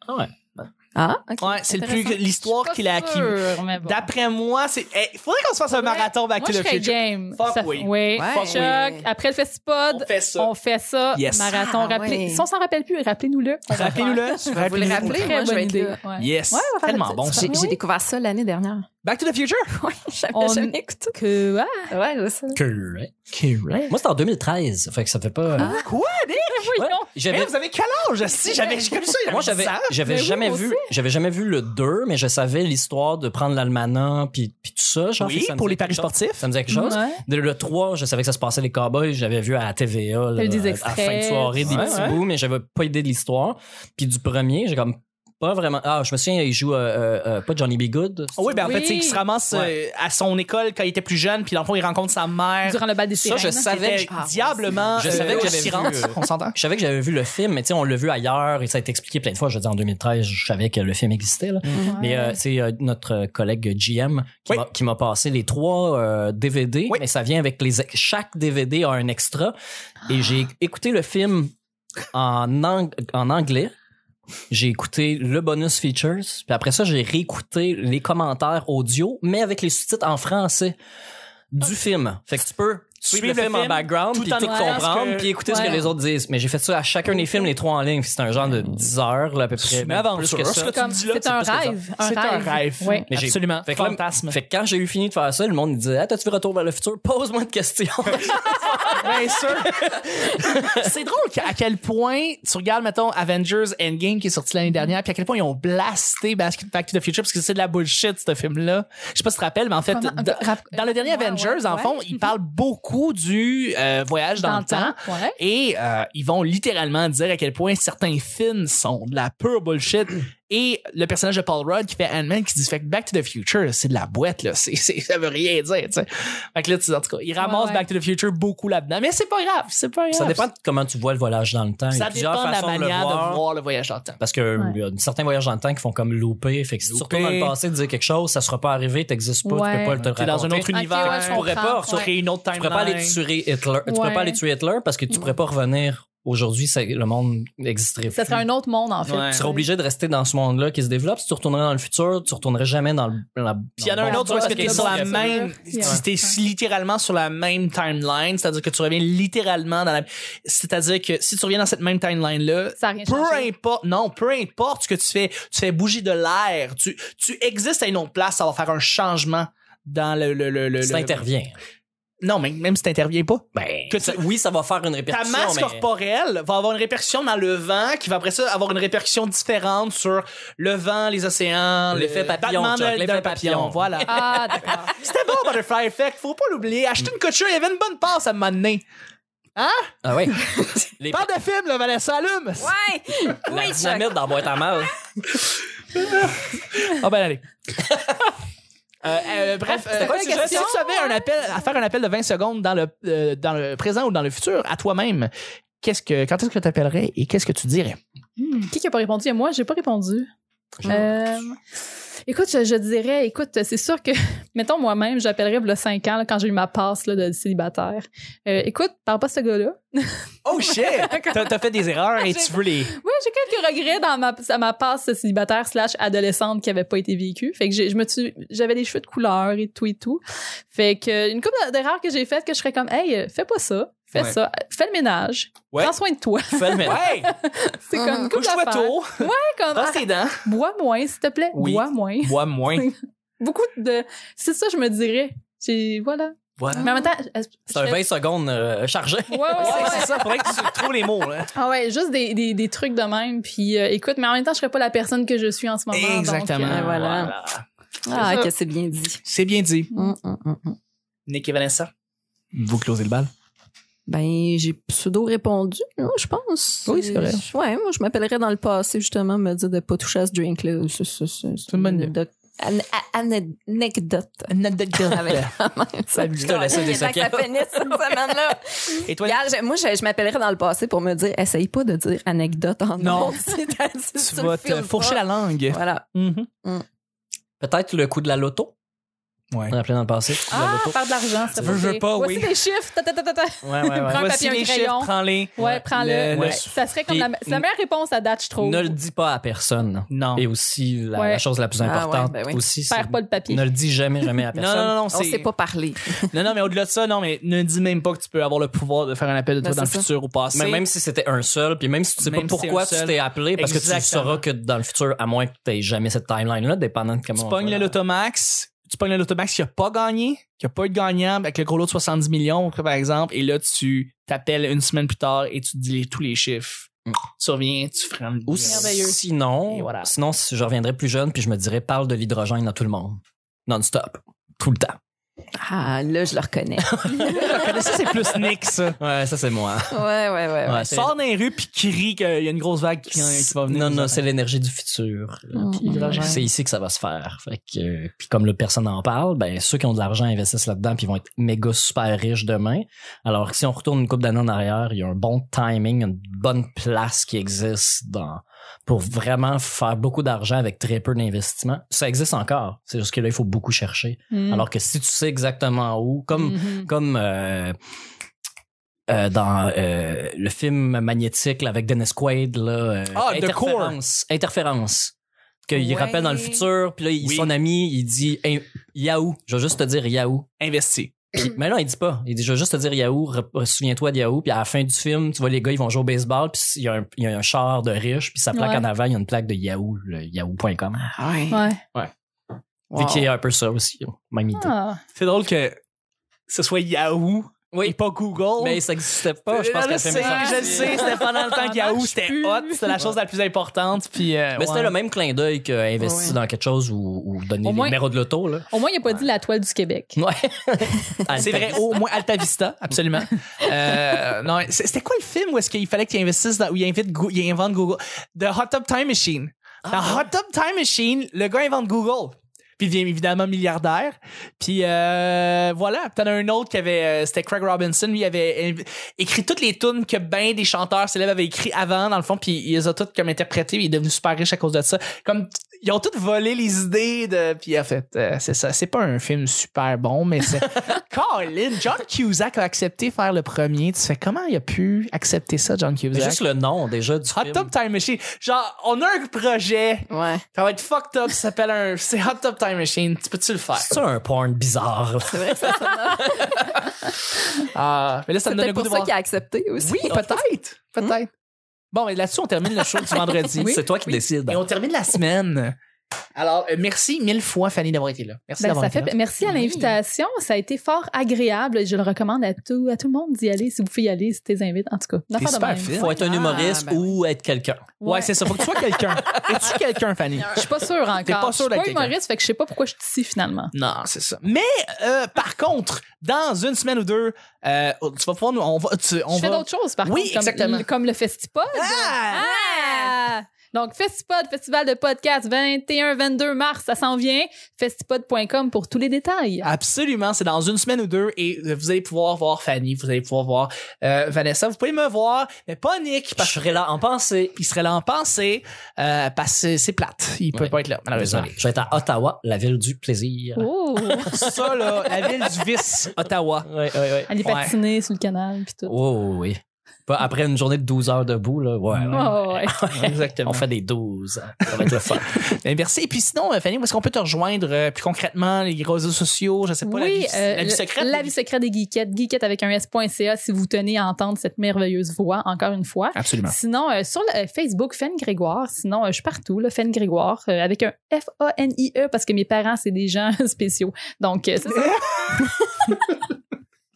S4: Ah, ok.
S1: Ouais, c'est le plus
S4: Intéressant.
S1: l'histoire
S2: Pas
S1: qu'il a acquis.
S2: sûr, mais bon.
S1: D'après moi, c'est. eh, faudrait qu'on se fasse un marathon Back
S2: Moi,
S1: to
S2: je
S1: the
S2: serais
S1: Future.
S2: game.
S1: Fuck
S2: Ça-
S1: oui.
S2: Oui.
S4: Ouais.
S2: Chuck, après le
S1: On
S2: festipod,
S1: fait ça.
S2: on fait ça.
S1: Yes.
S2: Marathon.
S4: Ah,
S2: rappelez-
S4: ouais.
S2: Si on s'en rappelle plus, rappelez-nous-le. On va faire.
S1: Rappelez-nous-le.
S4: Vous le
S1: Rappelez-nous-le.
S4: rappelez,
S2: Très
S4: moi, je
S2: bonne
S4: vais
S2: idée.
S4: être là.
S2: Ouais.
S1: Yes.
S4: Ouais, on va faire
S1: Tellement
S4: une
S1: bon.
S4: petite- J'ai j'ai découvert ça l'année dernière.
S1: Back to the Future?
S4: Ouais, j'avais
S2: On-
S4: jamais écouté.
S2: Que, ah,
S4: Ouais, c'est ça.
S3: Que, hein?
S1: Correct.
S3: Moi, c'était en 2013. Fait que ça fait pas.
S1: Quoi, Nick?
S3: Ouais.
S2: voyons.
S1: Mais
S3: J'avais.
S1: Eh, vous avez quel âge? Si, j'avais j'ai connu ça il y a
S3: Moi, j'avais,
S1: 10 ans.
S3: j'avais
S2: Mais oui,
S3: jamais
S2: moi
S3: vu, j'avais jamais vu le 2, mais je savais l'histoire de prendre l'almanach puis, puis tout ça. Genre, fait
S1: Oui,
S3: que ça me
S1: pour
S3: disait
S1: les paris
S3: quelque chose.
S1: sportifs.
S3: Ça me disait quelque chose.
S2: Ouais.
S3: Le, le 3, je savais que ça se passait les cowboys. J'avais vu à la TVA, là,
S2: T'as eu des
S3: à la fin de
S2: extraits.
S3: soirée, des
S1: Ouais,
S3: petits
S1: ouais.
S3: bouts, mais j'avais pas idée de l'histoire. Puis du premier, j'ai comme Pas vraiment. Ah, je me souviens, il joue euh, euh, euh, pas Johnny B. Good.
S1: Ah oui, ben en
S2: Oui.
S1: fait, c'est qu'il se ramasse euh, à son école quand il était plus jeune, puis dans le fond, il rencontre sa mère.
S2: Durant le bal des
S1: Ça, je
S2: sirènes.
S1: savais
S4: C'était- Ah,
S1: diablement.
S3: Je
S1: euh,
S3: savais que j'avais
S1: oscillante,
S3: vu, euh,
S1: On s'entend?
S3: Je savais que j'avais vu le film, mais tu sais, on l'a vu ailleurs et ça a été expliqué plein de fois. Je veux dire, en 2013, je savais que le film existait. Là. Mais euh, c'est euh, notre collègue GM qui
S1: Oui.
S3: m'a- qui m'a passé les trois euh, DVD,
S1: Oui.
S3: mais ça vient avec les ex- chaque DVD a un extra. Et j'ai écouté le film en, ang- en anglais. J'ai écouté le bonus features, puis après ça j'ai réécouté les commentaires audio, mais avec les sous-titres en français du film. Fait que tu peux suivre le,
S1: Suivre le
S3: film, en
S1: film,
S3: background
S1: tout
S3: puis
S1: en
S3: tout
S1: écoutant ce
S3: comprendre
S1: que-
S3: puis écouter ce que
S2: Ouais.
S3: les autres disent. Mais j'ai fait ça à chacun des films les trois en ligne, puis c'est un genre de 10 heures là, à peu près.
S1: une
S3: même
S1: aventure,
S3: plus que
S1: ce
S3: ça.
S1: que tu
S2: Comme-
S1: me dis là,
S2: C'est
S1: c'est
S2: un
S1: plus que ça.
S2: rêve.
S1: C'est un rêve.
S2: Ouais.
S3: Mais j'ai-
S1: Absolument.
S3: Fait que là-
S1: Fantasme.
S3: Fait que quand j'ai eu fini de faire ça, le monde me disait Ah, t'as-tu vu Retour vers le futur Pose-moi une question.
S1: Bien sûr. c'est drôle qu'à- à quel point tu regardes, mettons, Avengers Endgame qui est sorti l'année dernière, puis à quel point ils ont blasté Basket- Back to the Future parce que c'est de la bullshit, ce film-là. Je sais pas si tu te rappelles, mais en fait,
S2: Comment-
S1: dans,
S2: rap-
S1: dans le dernier
S2: Ouais,
S1: Avengers,
S2: ouais,
S1: en
S2: ouais.
S1: fond, ils parlent beaucoup du euh, voyage dans, le temps.
S2: Ouais.
S1: Et euh, ils vont littéralement dire à quel point certains films sont de la pure bullshit. Et le personnage de Paul Rudd qui fait Ant-Man qui dit fait que Back to the Future, c'est de la boîte, là. C'est, c'est- ça veut rien dire, tu sais. Fait que là, tu- en tout cas, ils ramassent
S2: ouais.
S1: Back to the Future beaucoup là-dedans. Mais c'est pas grave, c'est pas grave.
S3: ça dépend de comment tu vois le voyage dans le temps. Il y a
S1: Ça
S3: plusieurs
S1: dépend de la
S3: façons le
S1: manière de voir. le voyage dans le temps.
S3: Parce que
S2: Ouais.
S3: il y a certains voyages dans le temps qui font comme louper. Fait que si tu
S1: Louper.
S3: retournes dans le passé et te dire quelque chose, ça sera pas arrivé, t'existes pas, tu
S2: Ouais.
S3: peux pas le te le
S1: T'es dans un
S3: raconter.
S1: autre
S2: Ok,
S1: univers.
S2: ouais, je
S1: tu pourrais
S2: comprends,
S1: pas
S2: ouais.
S1: créer une autre
S3: Tu
S1: timeline.
S3: pourrais pas aller tuer Hitler. Tu pourrais
S2: Ouais.
S3: pas aller tuer Hitler parce que tu pourrais pas revenir aujourd'hui, ça- le monde n'existerait
S2: Ça
S3: plus.
S2: serait un autre monde, en fait.
S1: Ouais.
S3: Tu serais obligé de rester dans ce monde-là qui se développe. Si tu retournerais dans le futur, tu retournerais jamais dans le. dans la-
S1: Puis il y en a
S3: dans le
S1: un
S3: bon
S1: autre où
S3: temps
S1: est-ce que
S3: parce
S1: t'es
S3: que
S1: sur la
S3: sinon, il y a-
S1: même,
S2: Yeah.
S1: si t'es littéralement sur la même timeline, c'est-à-dire que tu reviens littéralement dans la, c'est-à-dire que si tu reviens dans cette même timeline-là,
S2: Ça n'a rien
S1: peu
S2: changé.
S1: importe, non, peu importe ce que tu fais, tu fais bouger de l'air, tu, tu existes à une autre place, ça va faire un changement dans le. le, le, le-
S3: Si
S1: le-
S3: t'interviens.
S1: Non, mais même si t'interviens pas.
S3: Ben,
S1: Que tu-
S3: oui, ça va faire une
S1: Ta
S3: répercussion.
S1: masse
S3: mais-
S1: corporelle va avoir une répercussion dans le vent qui va après ça avoir une répercussion différente sur le vent, les océans, le-
S3: L'effet papillon,
S1: battement
S3: Chuck,
S1: d'un- d'un
S3: l'effet
S1: papillon.
S3: papillon.
S1: Voilà.
S2: Ah, d'accord.
S1: C'était bon, Butterfly Effect. Faut pas l'oublier. Acheter une couture, il y avait une bonne passe à m'amener.
S3: Ah oui. Les
S1: Parle de film, là, Vanessa, allume.
S4: Ouais!
S3: la
S4: Oui, Chuck.
S3: dynamite dans la boîte à mal.
S1: Ah ben allez. Euh, euh, bref, euh,
S2: quoi la
S1: si tu- si
S2: question?
S1: tu avais un appel, à faire un appel de 20 secondes dans le, euh, dans le présent ou dans le futur, à toi-même, qu'est-ce que, quand est-ce que tu t'appellerais et qu'est-ce que tu dirais?
S2: Hmm, Qui qui a pas répondu? Et moi, j'ai pas répondu. Euh, écoute, je, je dirais, écoute, c'est sûr que, mettons moi-même, j'appellerais le 5 ans là, quand j'ai eu ma passe là, de célibataire. Euh, écoute, parle pas de ce gars-là.
S1: Oh shit! T'as t'as fait des erreurs et tu veux les.
S2: Oui, j'ai quelques regrets dans ma, à ma passe de célibataire slash adolescente qui avait pas été vécue. Fait que j'ai- je me suis, j'avais des cheveux de couleur et tout et tout. Fait que euh, une couple d'erreurs que j'ai faites que je serais comme, hey, euh, fais pas ça, fais
S1: Ouais.
S2: ça, fais le ménage,
S1: Ouais.
S2: prends soin de toi.
S3: Fais le ménage.
S1: Ouais!
S2: C'est comme une
S1: Faut que
S2: couple
S1: je sois
S2: d'affaires.
S1: tôt.
S2: Comme,
S1: Brosse tes dents.
S2: ah, bois moins, s'il te plaît,
S1: Oui.
S2: bois moins.
S1: Bois moins.
S2: Beaucoup de, c'est ça, je me dirais. J'ai, voilà.
S3: Voilà.
S2: Mais en même temps, je-
S3: C'est un
S2: je-
S3: 20 secondes euh, chargé.
S2: Ouais, ouais,
S1: Ouais,
S2: ouais.
S1: c'est ça. Faudrait que tu trouves les mots, là.
S2: Ah ouais, juste des, des, des trucs de même. Puis euh, écoute, mais en même temps, je serais pas la personne que je suis en ce moment. donc, euh,
S4: voilà. Ah, que c'est bien dit.
S1: C'est bien dit.
S4: Hum, hum, hum, hum.
S1: Nick et Vanessa. Vous closez le bal.
S4: Ben, j'ai pseudo-répondu, non, je pense.
S1: Oui, c'est vrai.
S4: Ouais, moi, je m'appellerais dans le passé, justement, me dire de pas toucher à ce drink-là. C'est- C'est c'est- c'est
S1: une bonne idée.
S4: anecdote. An- a- ane- anecdote. Ah, Avec
S3: Je te laissais des
S4: Tant que ça
S3: secondes.
S4: finisse cette semaine-là.
S1: Et toi,
S4: Regarde, j'ai- moi, je, je m'appellerais dans le passé pour me dire, essaye pas de dire anecdote en
S1: Non.
S4: ondes. C'est-à-dire,
S1: tu
S4: le
S1: vas te
S4: files
S1: fourcher
S4: pas.
S1: la langue.
S4: Voilà.
S1: Mhm.
S3: Peut-être le coup de la loto.
S1: Ouais.
S3: On appelait dans le passé. le coup de la
S2: Ah,
S3: loto.
S2: faire de l'argent, ça
S1: Veux, veux pas,
S2: Voici
S1: oui.
S2: des chiffres. ta, ta, ta, ta, ta.
S3: Ouais, ouais, ouais.
S2: Prends un
S1: Voici
S2: papier, un
S1: les
S2: crayon.
S1: chiffres, prends-les.
S2: Ouais, prends-le.
S1: Le-
S2: Ouais.
S1: le-
S2: Ça serait comme
S3: Puis-
S2: la, me- c'est la meilleure réponse à date, je trouve.
S3: Ne le dis pas à personne.
S1: Non.
S3: Et aussi, la,
S2: Ouais.
S3: la chose la plus
S4: Ah, ouais,
S3: importante
S4: ben oui.
S3: aussi, c'est
S2: Perds pas le papier.
S3: ne le dis jamais, jamais à
S1: Non,
S3: personne.
S1: non, non, non,
S4: On
S1: c'est-
S4: sait pas parler.
S1: non, non, mais au-delà de ça, non, mais ne dis même pas que tu peux avoir le pouvoir de faire un appel de toi
S4: Ben,
S1: dans le
S4: c'est ça.
S1: futur ou passé.
S3: Même, même si c'était un seul, puis même si tu sais
S1: Même
S3: pas
S1: si c'est un
S3: pourquoi tu
S1: seul.
S3: t'es appelé, parce que tu le
S1: Exactement.
S3: sauras que dans le futur, à moins que tu jamais cette timeline-là, dépendant de comment.
S1: tu
S3: on
S1: pognes
S3: va-
S1: le Lotomax, tu pognes le Lotomax qui a pas gagné, qui a pas eu de gagnant avec le gros lot de 70 millions, par exemple, et là, tu t'appelles une semaine plus tard et tu dis les- tous les chiffres.
S3: Mm.
S1: Tu reviens, tu feras une
S3: Ou
S2: Merveilleux.
S1: Et
S3: sinon,
S1: voilà.
S3: sinon, si je reviendrais plus jeune, puis je me dirais, parle de l'hydrogène à tout le monde. Non-stop. Tout le temps.
S4: Ah, là, je le reconnais.
S1: ça, c'est plus Nick, ça. hein.
S3: Ouais, ça, c'est moi.
S4: ouais, ouais, ouais. ouais.
S3: Ouais, c'est-
S1: Sort Euh, dans les rues puis crie qu'il y a une grosse vague qui, qui va venir.
S3: Non,
S1: nous
S3: non,
S1: attaquer.
S3: c'est l'énergie du futur. là.
S4: Mm,
S3: Puis,
S4: mm,
S3: euh,
S4: ouais.
S3: C'est ici que ça va se faire. Fait que, euh, puis comme le personne en parle, ben ceux qui ont de l'argent investissent là-dedans puis ils vont être méga super riches demain. Alors que si on retourne une couple d'années en arrière, il y a un bon timing, une bonne place qui existe dans pour vraiment faire beaucoup d'argent avec très peu d'investissement. Ça existe encore. C'est juste que là, il faut beaucoup chercher.
S2: Mm.
S3: Alors que si tu sais exactement où, comme
S2: Mhm.
S3: comme euh, euh, dans euh, le film magnétique là, avec Dennis Quaid là, euh,
S1: Ah, The Core.
S3: interférence, interférence qu'il
S4: Ouais.
S3: rappelle dans le futur puis là il-
S1: Oui.
S3: son ami il dit Hey, Yahoo je vais juste te dire Yahoo
S1: Investi.
S3: Puis- mais non il dit pas il dit je vais juste te dire Yahoo re- souviens-toi de Yahoo puis à la fin du film tu vois les gars ils vont jouer au baseball puis il y a un, il y a un char de riche puis sa plaque
S2: Ouais.
S3: en avant il y a une plaque de Yahoo le Yahoo.com
S1: Ah.
S4: Ouais.
S2: Ouais.
S3: fait
S4: Wow.
S3: qu'il y a un peu ça aussi même idée
S2: Ah.
S1: C'est drôle que ce soit Yahoo et
S3: oui
S1: pas Google.
S3: mais ça existait pas je pense
S1: je
S3: que
S1: sais, je le sais, c'était pendant le temps que Yahoo, c'était
S2: plus.
S1: hot, c'était la chose la plus importante. Puis, euh,
S3: Mais
S1: ouais.
S3: c'était le même clin d'œil qu'investir
S4: Ouais.
S3: dans quelque chose ou, ou donner
S2: Au
S3: le
S2: moins-
S3: numéro de l'auto. Là. Ah,
S2: Au moins, il a pas dit la toile du Québec.
S3: Ouais.
S1: C'est vrai, au moins Alta Vista, absolument. Euh, non, c'est- c'était quoi le film où est-ce qu'il fallait qu'il investisse dans, où il, invite, Goo- il invente Google? The Hot Tub Time Machine. Dans
S3: Ah.
S1: Hot Tub Time Machine, le gars invente Google. Puis il devient évidemment milliardaire. Puis euh, voilà. Puis t'en as un autre qui avait. euh, C'était Craig Robinson. Lui, il avait inv- écrit toutes les tunes que ben des chanteurs célèbres avaient écrit avant, dans le fond. Puis il les a toutes comme interprétées. puis il est devenu super riche à cause de ça. Comme t- ils ont toutes volé les idées de. Puis en fait, euh, c'est ça. C'est pas un film super bon, mais c'est. Colin, John Cusack a accepté faire le premier. Tu fais comment il a pu accepter ça, John
S3: Mais
S1: Cusack?
S3: juste le nom déjà du
S1: Hot
S3: film.
S1: Tub Time Machine. Genre, on a un projet.
S4: Ouais.
S1: Ça va être fucked up. Ça s'appelle un. C'est Hot Tub Time Machine. Tu peux-tu le faire?
S3: C'est un porn bizarre. là?
S1: Ah, mais là, ça
S4: C'est
S1: me donne le
S4: peut-être
S1: goût de
S4: pour ça
S1: voir.
S4: qu'il a accepté aussi.
S1: Oui, peut-être. Peut-être. Bon, et là-dessus, on termine le show du vendredi.
S3: C'est toi qui décides.
S1: Et on termine la semaine. Alors, euh, merci mille fois, Fanny, d'avoir été là. Merci
S2: Ben,
S1: d'avoir
S2: ça
S1: été
S2: fait...
S1: là.
S2: Merci à
S4: Oui.
S2: l'invitation. Ça a été fort agréable. et Je le recommande à tout, à tout le monde d'y aller si vous pouvez y aller, si t'es invite. En tout cas,
S1: T'es
S2: d'affaire de
S1: super
S2: même.
S1: fine.
S3: Faut être un
S4: Ah,
S3: humoriste
S4: ben
S3: ou être quelqu'un.
S1: Ouais, c'est ça. Faut que tu sois quelqu'un. Es-tu quelqu'un, Fanny?
S2: Je suis pas sûre encore.
S1: T'es pas sûre
S2: je
S1: d'être
S2: suis pas
S1: quelqu'un.
S2: humoriste, fait que je sais pas pourquoi je suis ici finalement.
S1: Non, c'est ça. Mais euh, par contre, dans une semaine ou deux, euh, tu vas pouvoir nous. On va. Tu, on
S2: je fais
S1: va...
S2: d'autres choses par
S1: Oui,
S2: contre, comme,
S1: exactement.
S2: le- comme le Festipod.
S1: Ah!
S2: Ah! Donc, Festipod, Festival de podcast, 21-22 mars, ça s'en vient. Festipod.com pour tous les détails.
S1: Absolument, c'est dans une semaine ou deux et euh, vous allez pouvoir voir Fanny, vous allez pouvoir voir euh, Vanessa, vous pouvez me voir, mais pas Nick
S3: Je
S1: parce
S3: serais là en pensée.
S1: qu'il serait là en pensée euh, parce que c'est plate, il peut
S3: Ouais.
S1: pas être là malheureusement.
S3: Je vais être à Ottawa, la ville du
S1: Ah!
S3: plaisir.
S2: Oh!
S1: Ça là, la ville du vice, Ottawa.
S3: Oui, oui, oui.
S2: Aller
S1: Ouais.
S2: patiner sur le canal, puis tout.
S3: Oh, oui. Pas après une journée de 12 heures debout, là. Ouais, ouais.
S2: Oh, ouais.
S1: Exactement.
S3: On fait des 12. Ça va être le fun.
S1: Ben, merci. Et puis sinon, euh, Fanny, où est-ce qu'on peut te rejoindre euh, plus concrètement, les réseaux sociaux, je sais pas, la vie,
S2: euh,
S1: la vie
S2: le-
S1: secrète?
S2: La vie secrète des geekettes. Geekette avec un S.ca si vous tenez à entendre cette merveilleuse voix encore une fois.
S1: Absolument.
S2: Sinon, euh, sur le, euh, Facebook, Fen Grégoire. Sinon, euh, je suis partout, là, Fen Grégoire, euh, avec un F-A-N-I-E E parce que mes parents, c'est des gens spéciaux. Donc, euh, c'est ça.
S3: Ils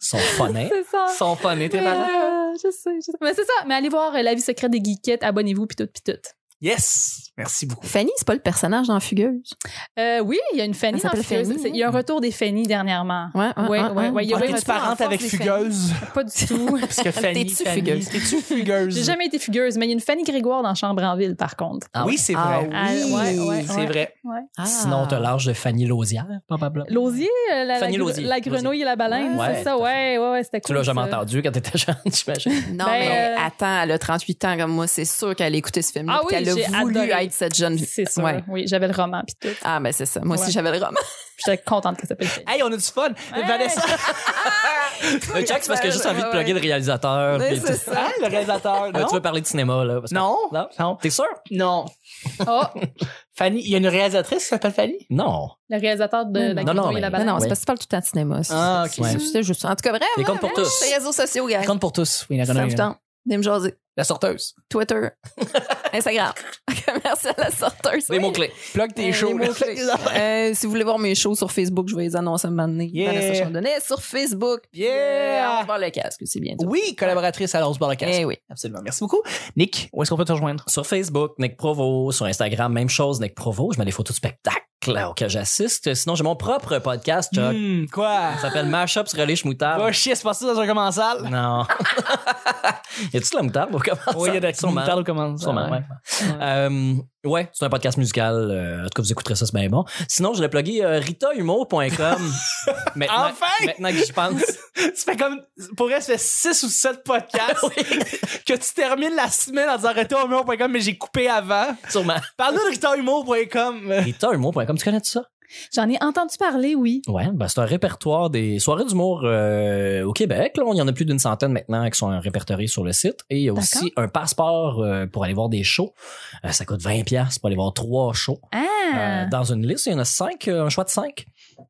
S3: sont funnés.
S2: C'est ça.
S1: Son fun, et tes parents?
S2: Euh, je sais, je sais. Mais c'est ça. Mais allez voir euh, La vie secrète des geekettes. Abonnez-vous, puis tout, puis tout.
S1: Yes! Merci beaucoup.
S4: Fanny, c'est pas le personnage dans Fugueuse.
S2: Euh, oui, il y a une Fanny
S4: Elle
S2: dans
S4: s'appelle
S2: Fugueuse.
S4: Fanny,
S2: C'est- Il y a un retour des Fanny dernièrement.
S4: Ouais, ouais,
S2: Ouais,
S4: ouais,
S2: ouais,
S4: ouais.
S2: ouais, il y a
S1: Ah,
S2: bien
S1: T'es-tu
S4: raison, en
S1: parente
S4: force
S1: avec
S4: des
S1: Fugueuse?
S2: Pas du tout.
S1: Parce que Fanny,
S4: T'es-tu
S1: Fanny-
S4: fugueuse?
S1: T'es-tu
S2: J'ai
S1: fugueuse?
S2: jamais été fugueuse, mais il y a une Fanny Grégoire dans Chambre en Ville, par contre.
S3: Ah
S1: oui,
S3: ouais.
S1: c'est
S4: Ah
S1: vrai.
S2: Ah, ouais, ouais,
S1: C'est
S2: ouais.
S1: vrai.
S4: Ah.
S3: Sinon, on te lâche de Fanny Lausière, probablement.
S2: L'osier, euh, la, la,
S3: Fanny
S2: gre-
S3: Lausier.
S2: la grenouille et la baleine,
S3: Ouais,
S2: c'est
S3: tout
S2: ça,
S3: à
S2: ouais, ouais, ouais, c'était cool.
S3: Tu l'as jamais
S2: ça.
S3: entendu quand t'étais jeune, j'imagine.
S4: Non,
S2: Ben,
S4: mais
S2: euh,
S4: attends, elle a 38 ans comme moi, c'est sûr qu'elle a écouté ce film
S2: Ah oui,
S4: qu'elle
S2: j'ai
S4: a voulu
S2: adoré.
S4: être cette jeune fille.
S2: C'est ça,
S4: Ouais.
S2: oui, j'avais le roman, puis tout.
S4: Ah, ben c'est ça. Moi
S2: Ouais.
S4: aussi, j'avais le roman.
S2: J'étais contente que ça s'appelle Fanny.
S1: Hey, on a du fun.
S2: Hey!
S1: Vanessa,
S3: Le Jack, c'est parce que j'ai juste envie de plugger le réalisateur.
S4: Ouais,
S3: puis
S4: c'est
S3: tout.
S4: ça.
S1: Hein, le réalisateur.
S3: Euh,
S1: Non?
S3: tu veux parler de cinéma, là? parce que-
S1: non?
S3: Non?
S1: Non.
S3: T'es sûr?
S1: Non.
S2: Oh,
S1: Fanny, il y a une réalisatrice qui s'appelle Fanny?
S3: Non.
S2: le réalisateur de La
S4: Non,
S2: grenouille
S3: non,
S2: et
S3: mais-
S2: la
S4: Non,
S2: baleine.
S4: non,
S3: Ouais.
S4: c'est parce que tu parles tout le temps de cinéma. c'est-
S1: Ah, ok.
S4: c'est- c'est juste ça. En tout cas, bref. hein,
S3: Les comptes pour tous.
S4: Les réseaux sociaux, gars.
S1: compte pour tous. Oui, la
S4: Ça vous tente. Venez me jaser.
S1: La sorteuse.
S4: Twitter, Instagram, commercial la sorteuse.
S3: Des
S4: Oui.
S3: mots-clés.
S1: Plug
S4: Euh,
S1: tes shows.
S4: les mots-clés. Euh, si vous voulez voir mes shows sur Facebook, je vais les annoncer un moment donné.
S1: Yeah.
S4: Vanessa Chandonnet sur Facebook.
S1: Yeah.
S4: Euh, on va voir le casque, c'est bien.
S1: Oui, collaboratrice à l'Ose Barlocas.
S4: Eh oui.
S1: Absolument. Merci beaucoup. Nick, où est-ce qu'on peut te rejoindre?
S3: Sur Facebook, Nick Provo. Sur Instagram, même chose, Nick Provo. Je mets des photos de spectacle. spectacles auxquels j'assiste. Sinon, j'ai mon propre podcast, Chuck.
S1: Hmm, quoi?
S3: Ça s'appelle Mashup sur les moutarde.
S1: Ah. Va chier, c'est passé dans un commensal.
S3: Non. y a-tu de la moutarde au commencement?
S1: Oui, il y a de la
S3: Sûrement.
S1: moutarde au commensal.
S3: Sûrement, ouais. Euh, ouais, c'est un podcast musical. euh, en tout cas, vous écouterez ça, c'est bien bon. Sinon, je l'ai plugué euh, ritahumour.com. Maintenant-
S1: Enfin!
S3: Maintenant que j'y pense.
S1: Tu fais comme, pour elle, ça fait 6 ou 7 podcasts que tu termines la semaine en disant retourhumour.com, mais j'ai coupé avant.
S3: Sûrement.
S1: Parle-nous de retourhumour.com.
S3: Ritahumour.com, tu connais ça?
S2: J'en ai entendu parler, oui.
S3: Ouais, ben c'est un répertoire des soirées d'humour euh, au Québec. Là. Il y en a plus d'une centaine maintenant qui sont répertoriées sur le site. Et il y a aussi un passeport euh, pour aller voir des shows. Euh, ça coûte 20$ pour aller voir trois shows.
S2: Ah!
S3: Euh, dans une liste, il y en a cinq, euh, un choix de cinq.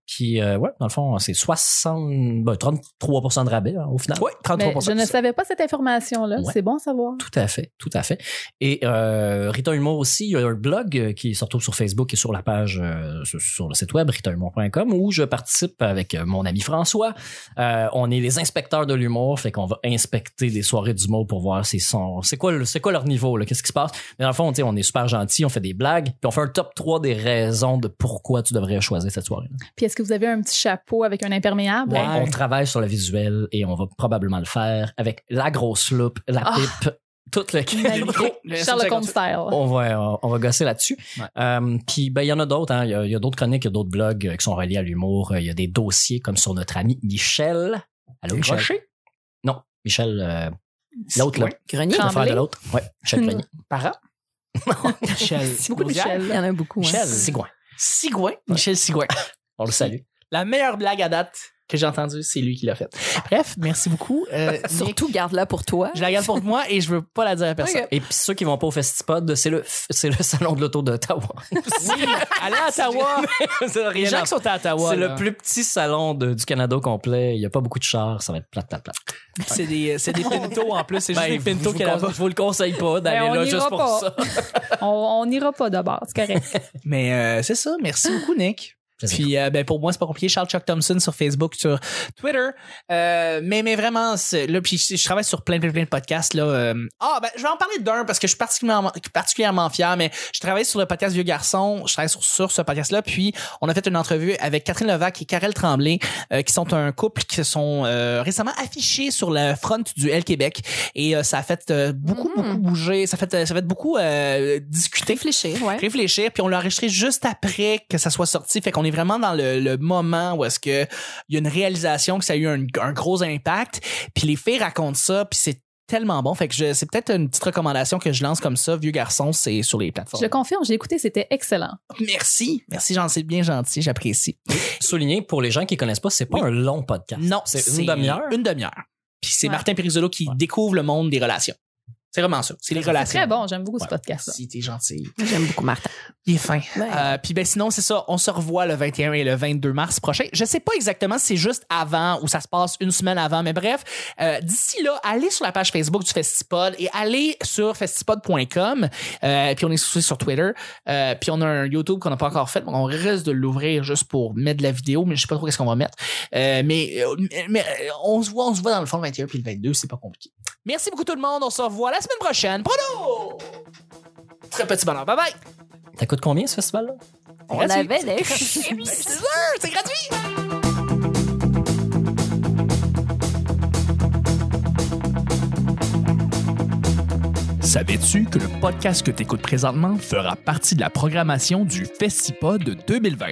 S3: Puis, euh, ouais, dans le fond, c'est 60, ben, 33% de rabais hein, au final.
S1: Oui,
S2: Mais
S1: 33%.
S2: je ne savais pas cette information-là.
S3: Ouais.
S2: C'est bon à savoir.
S3: Tout à fait, tout à fait. Et euh, Rita Humour aussi, il y a un blog euh, qui se retrouve sur Facebook et sur la page, euh, sur, sur le site web ritahumour.com où je participe avec euh, mon ami François. Euh, on est les inspecteurs de l'humour, fait qu'on va inspecter des soirées d'humour pour voir s'ils sont, c'est quoi, le- c'est quoi leur niveau, là, qu'est-ce qui se passe. Mais dans le fond, tu sais, on est super gentils, on fait des blagues, puis on fait un top 3 des raisons de pourquoi tu devrais choisir cette soirée.
S2: Puis est-ce que vous avez un petit chapeau avec un imperméable?
S1: Ouais.
S3: On travaille sur le visuel et on va probablement le faire avec la grosse loupe, la
S2: Ah.
S3: pipe, tout le
S1: Gros, le
S2: Sherlock Holmes
S1: 158.
S2: style.
S3: on va, euh, on va gosser là-dessus.
S1: Ouais.
S3: Euh, Puis ben, il y en a d'autres. hein. Il y a- il y a, d'autres chroniques, il y a d'autres blogs euh, qui sont reliés à l'humour. Euh, Il y a des dossiers comme sur notre ami Michel. Allô, Michel?
S1: Rocher?
S3: Non, Michel, euh, l'autre, là.
S1: Oui.
S4: Grenier.
S3: le frère
S2: Tremblay?
S3: de l'autre. Oui, Michel Grenier.
S1: Parent? Michel.
S2: C'est beaucoup de
S1: Laudière.
S2: Michel.
S4: Il y en a beaucoup. hein.
S3: Michel Sigouin.
S1: Sigouin. Michel Sigouin.
S3: On le salue.
S1: La meilleure blague à date que j'ai entendue, c'est lui qui l'a faite. Bref, merci beaucoup. Euh, Nick,
S4: Surtout, garde-la pour toi.
S1: je la garde pour moi et je veux pas la dire à personne.
S4: Ok.
S3: Et puis ceux qui vont pas au Festipod, c'est le, f- c'est le salon de l'auto d'Ottawa.
S1: Oui, allez à Ottawa.
S3: c'est
S1: Les gens qui sont à Ottawa.
S3: C'est
S1: là.
S3: le plus petit salon de- du Canada au complet. Il y a pas beaucoup de chars. Ça va être plate, plate, plate.
S1: C'est des, c'est des pintos en plus. C'est
S3: Ben,
S1: juste des
S3: vous-
S1: pintos
S3: vous
S1: qu'il y a là-bas.
S3: conse- Je vous le conseille pas
S2: Ben,
S3: d'aller
S2: on ira
S3: là juste pour
S2: pas.
S3: ça.
S2: On on n'ira pas d'abord, c'est correct.
S1: Mais euh, c'est ça. Merci beaucoup, Nick. Puis euh, ben, pour moi, c'est pas compliqué. Charles Chuck Thompson sur Facebook, sur Twitter. Euh, mais, mais vraiment, c'est- là, puis je, je travaille sur plein, plein, plein de podcasts. Là, euh. Ah, ben, je vais en parler d'un parce que je suis particulièrement, particulièrement fier. Mais je travaille sur le podcast Vieux Garçon. Je travaille sur, sur ce podcast-là. Puis on a fait une entrevue avec Catherine Levac et Karel Tremblay, euh, qui sont un couple qui se sont euh, récemment affichés sur le front du L Québec. Et euh, ça a fait euh, beaucoup,
S4: Mhm.
S1: beaucoup bouger. Ça a fait, euh, ça a fait beaucoup euh, discuter
S4: Réfléchir, ouais.
S1: réfléchir, puis on l'a enregistré juste après que ça soit sorti. Fait qu'on est vraiment dans le, le moment où est-ce que il y a une réalisation que ça a eu un, un gros impact. Puis les filles racontent ça, puis c'est tellement bon. Fait que je- c'est peut-être une petite recommandation que je lance comme ça, vieux garçon, c'est sur les
S2: Je
S1: plateformes.
S2: le confirme, j'ai écouté, c'était excellent.
S1: Merci, merci, j'en sais bien gentil, j'apprécie.
S3: souligner pour les gens qui connaissent pas, c'est pas
S1: Oui.
S3: un long podcast.
S1: Non,
S3: c'est une demi-heure.
S1: Une demi-heure. Puis c'est
S2: Ouais.
S1: Martin Perizzolo qui
S3: Ouais.
S1: découvre le monde des relations. C'est vraiment ça. C'est les relations.
S2: Très bon, j'aime beaucoup
S1: Ouais.
S2: ce podcast-là.
S1: Si t'es gentil.
S4: J'aime beaucoup Martin.
S1: Il est fin.
S4: Ouais.
S1: Euh, puis ben sinon, c'est ça, on se revoit le 21 et le 22 mars prochain. Je sais pas exactement si c'est juste avant ou ça se passe une semaine avant, mais bref, euh, d'ici là, allez sur la page Facebook du Festipod et allez sur festipod.com. Euh, puis on est aussi sur Twitter. Euh, puis on a un YouTube qu'on n'a pas encore fait. mais On risque de l'ouvrir juste pour mettre de la vidéo, mais je sais pas trop qu'est-ce qu'on va mettre. Euh, mais euh, mais- mais, euh, on se voit, on se voit dans le fond le 21 puis le 22, c'est pas compliqué. Merci beaucoup tout le monde, on se revoit la semaine prochaine. Prono! Très petit bonheur. Bye bye!
S3: Ça coûte combien ce festival-là?
S4: On
S1: Gratuit.
S4: avait des
S1: C'est sûr, c'est gratuit! Savais-tu que le podcast que t'écoutes présentement fera partie de la programmation du Festipod 2020?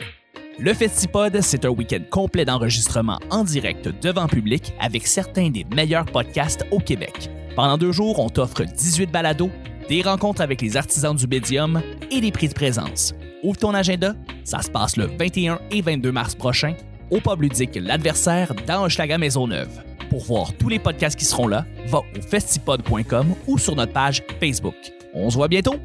S1: Le Festipod, c'est un week-end complet d'enregistrement en direct devant public avec certains des meilleurs podcasts au Québec. Pendant deux jours, on t'offre 18 balados, des rencontres avec les artisans du médium et des prix de présence. Ouvre ton agenda, ça se passe le 21 et 22 mars prochain au pub ludique L'Adversaire dans Hochelaga Maisonneuve. Pour voir tous les podcasts qui seront là, va au festipod.com ou sur notre page Facebook. On se voit bientôt!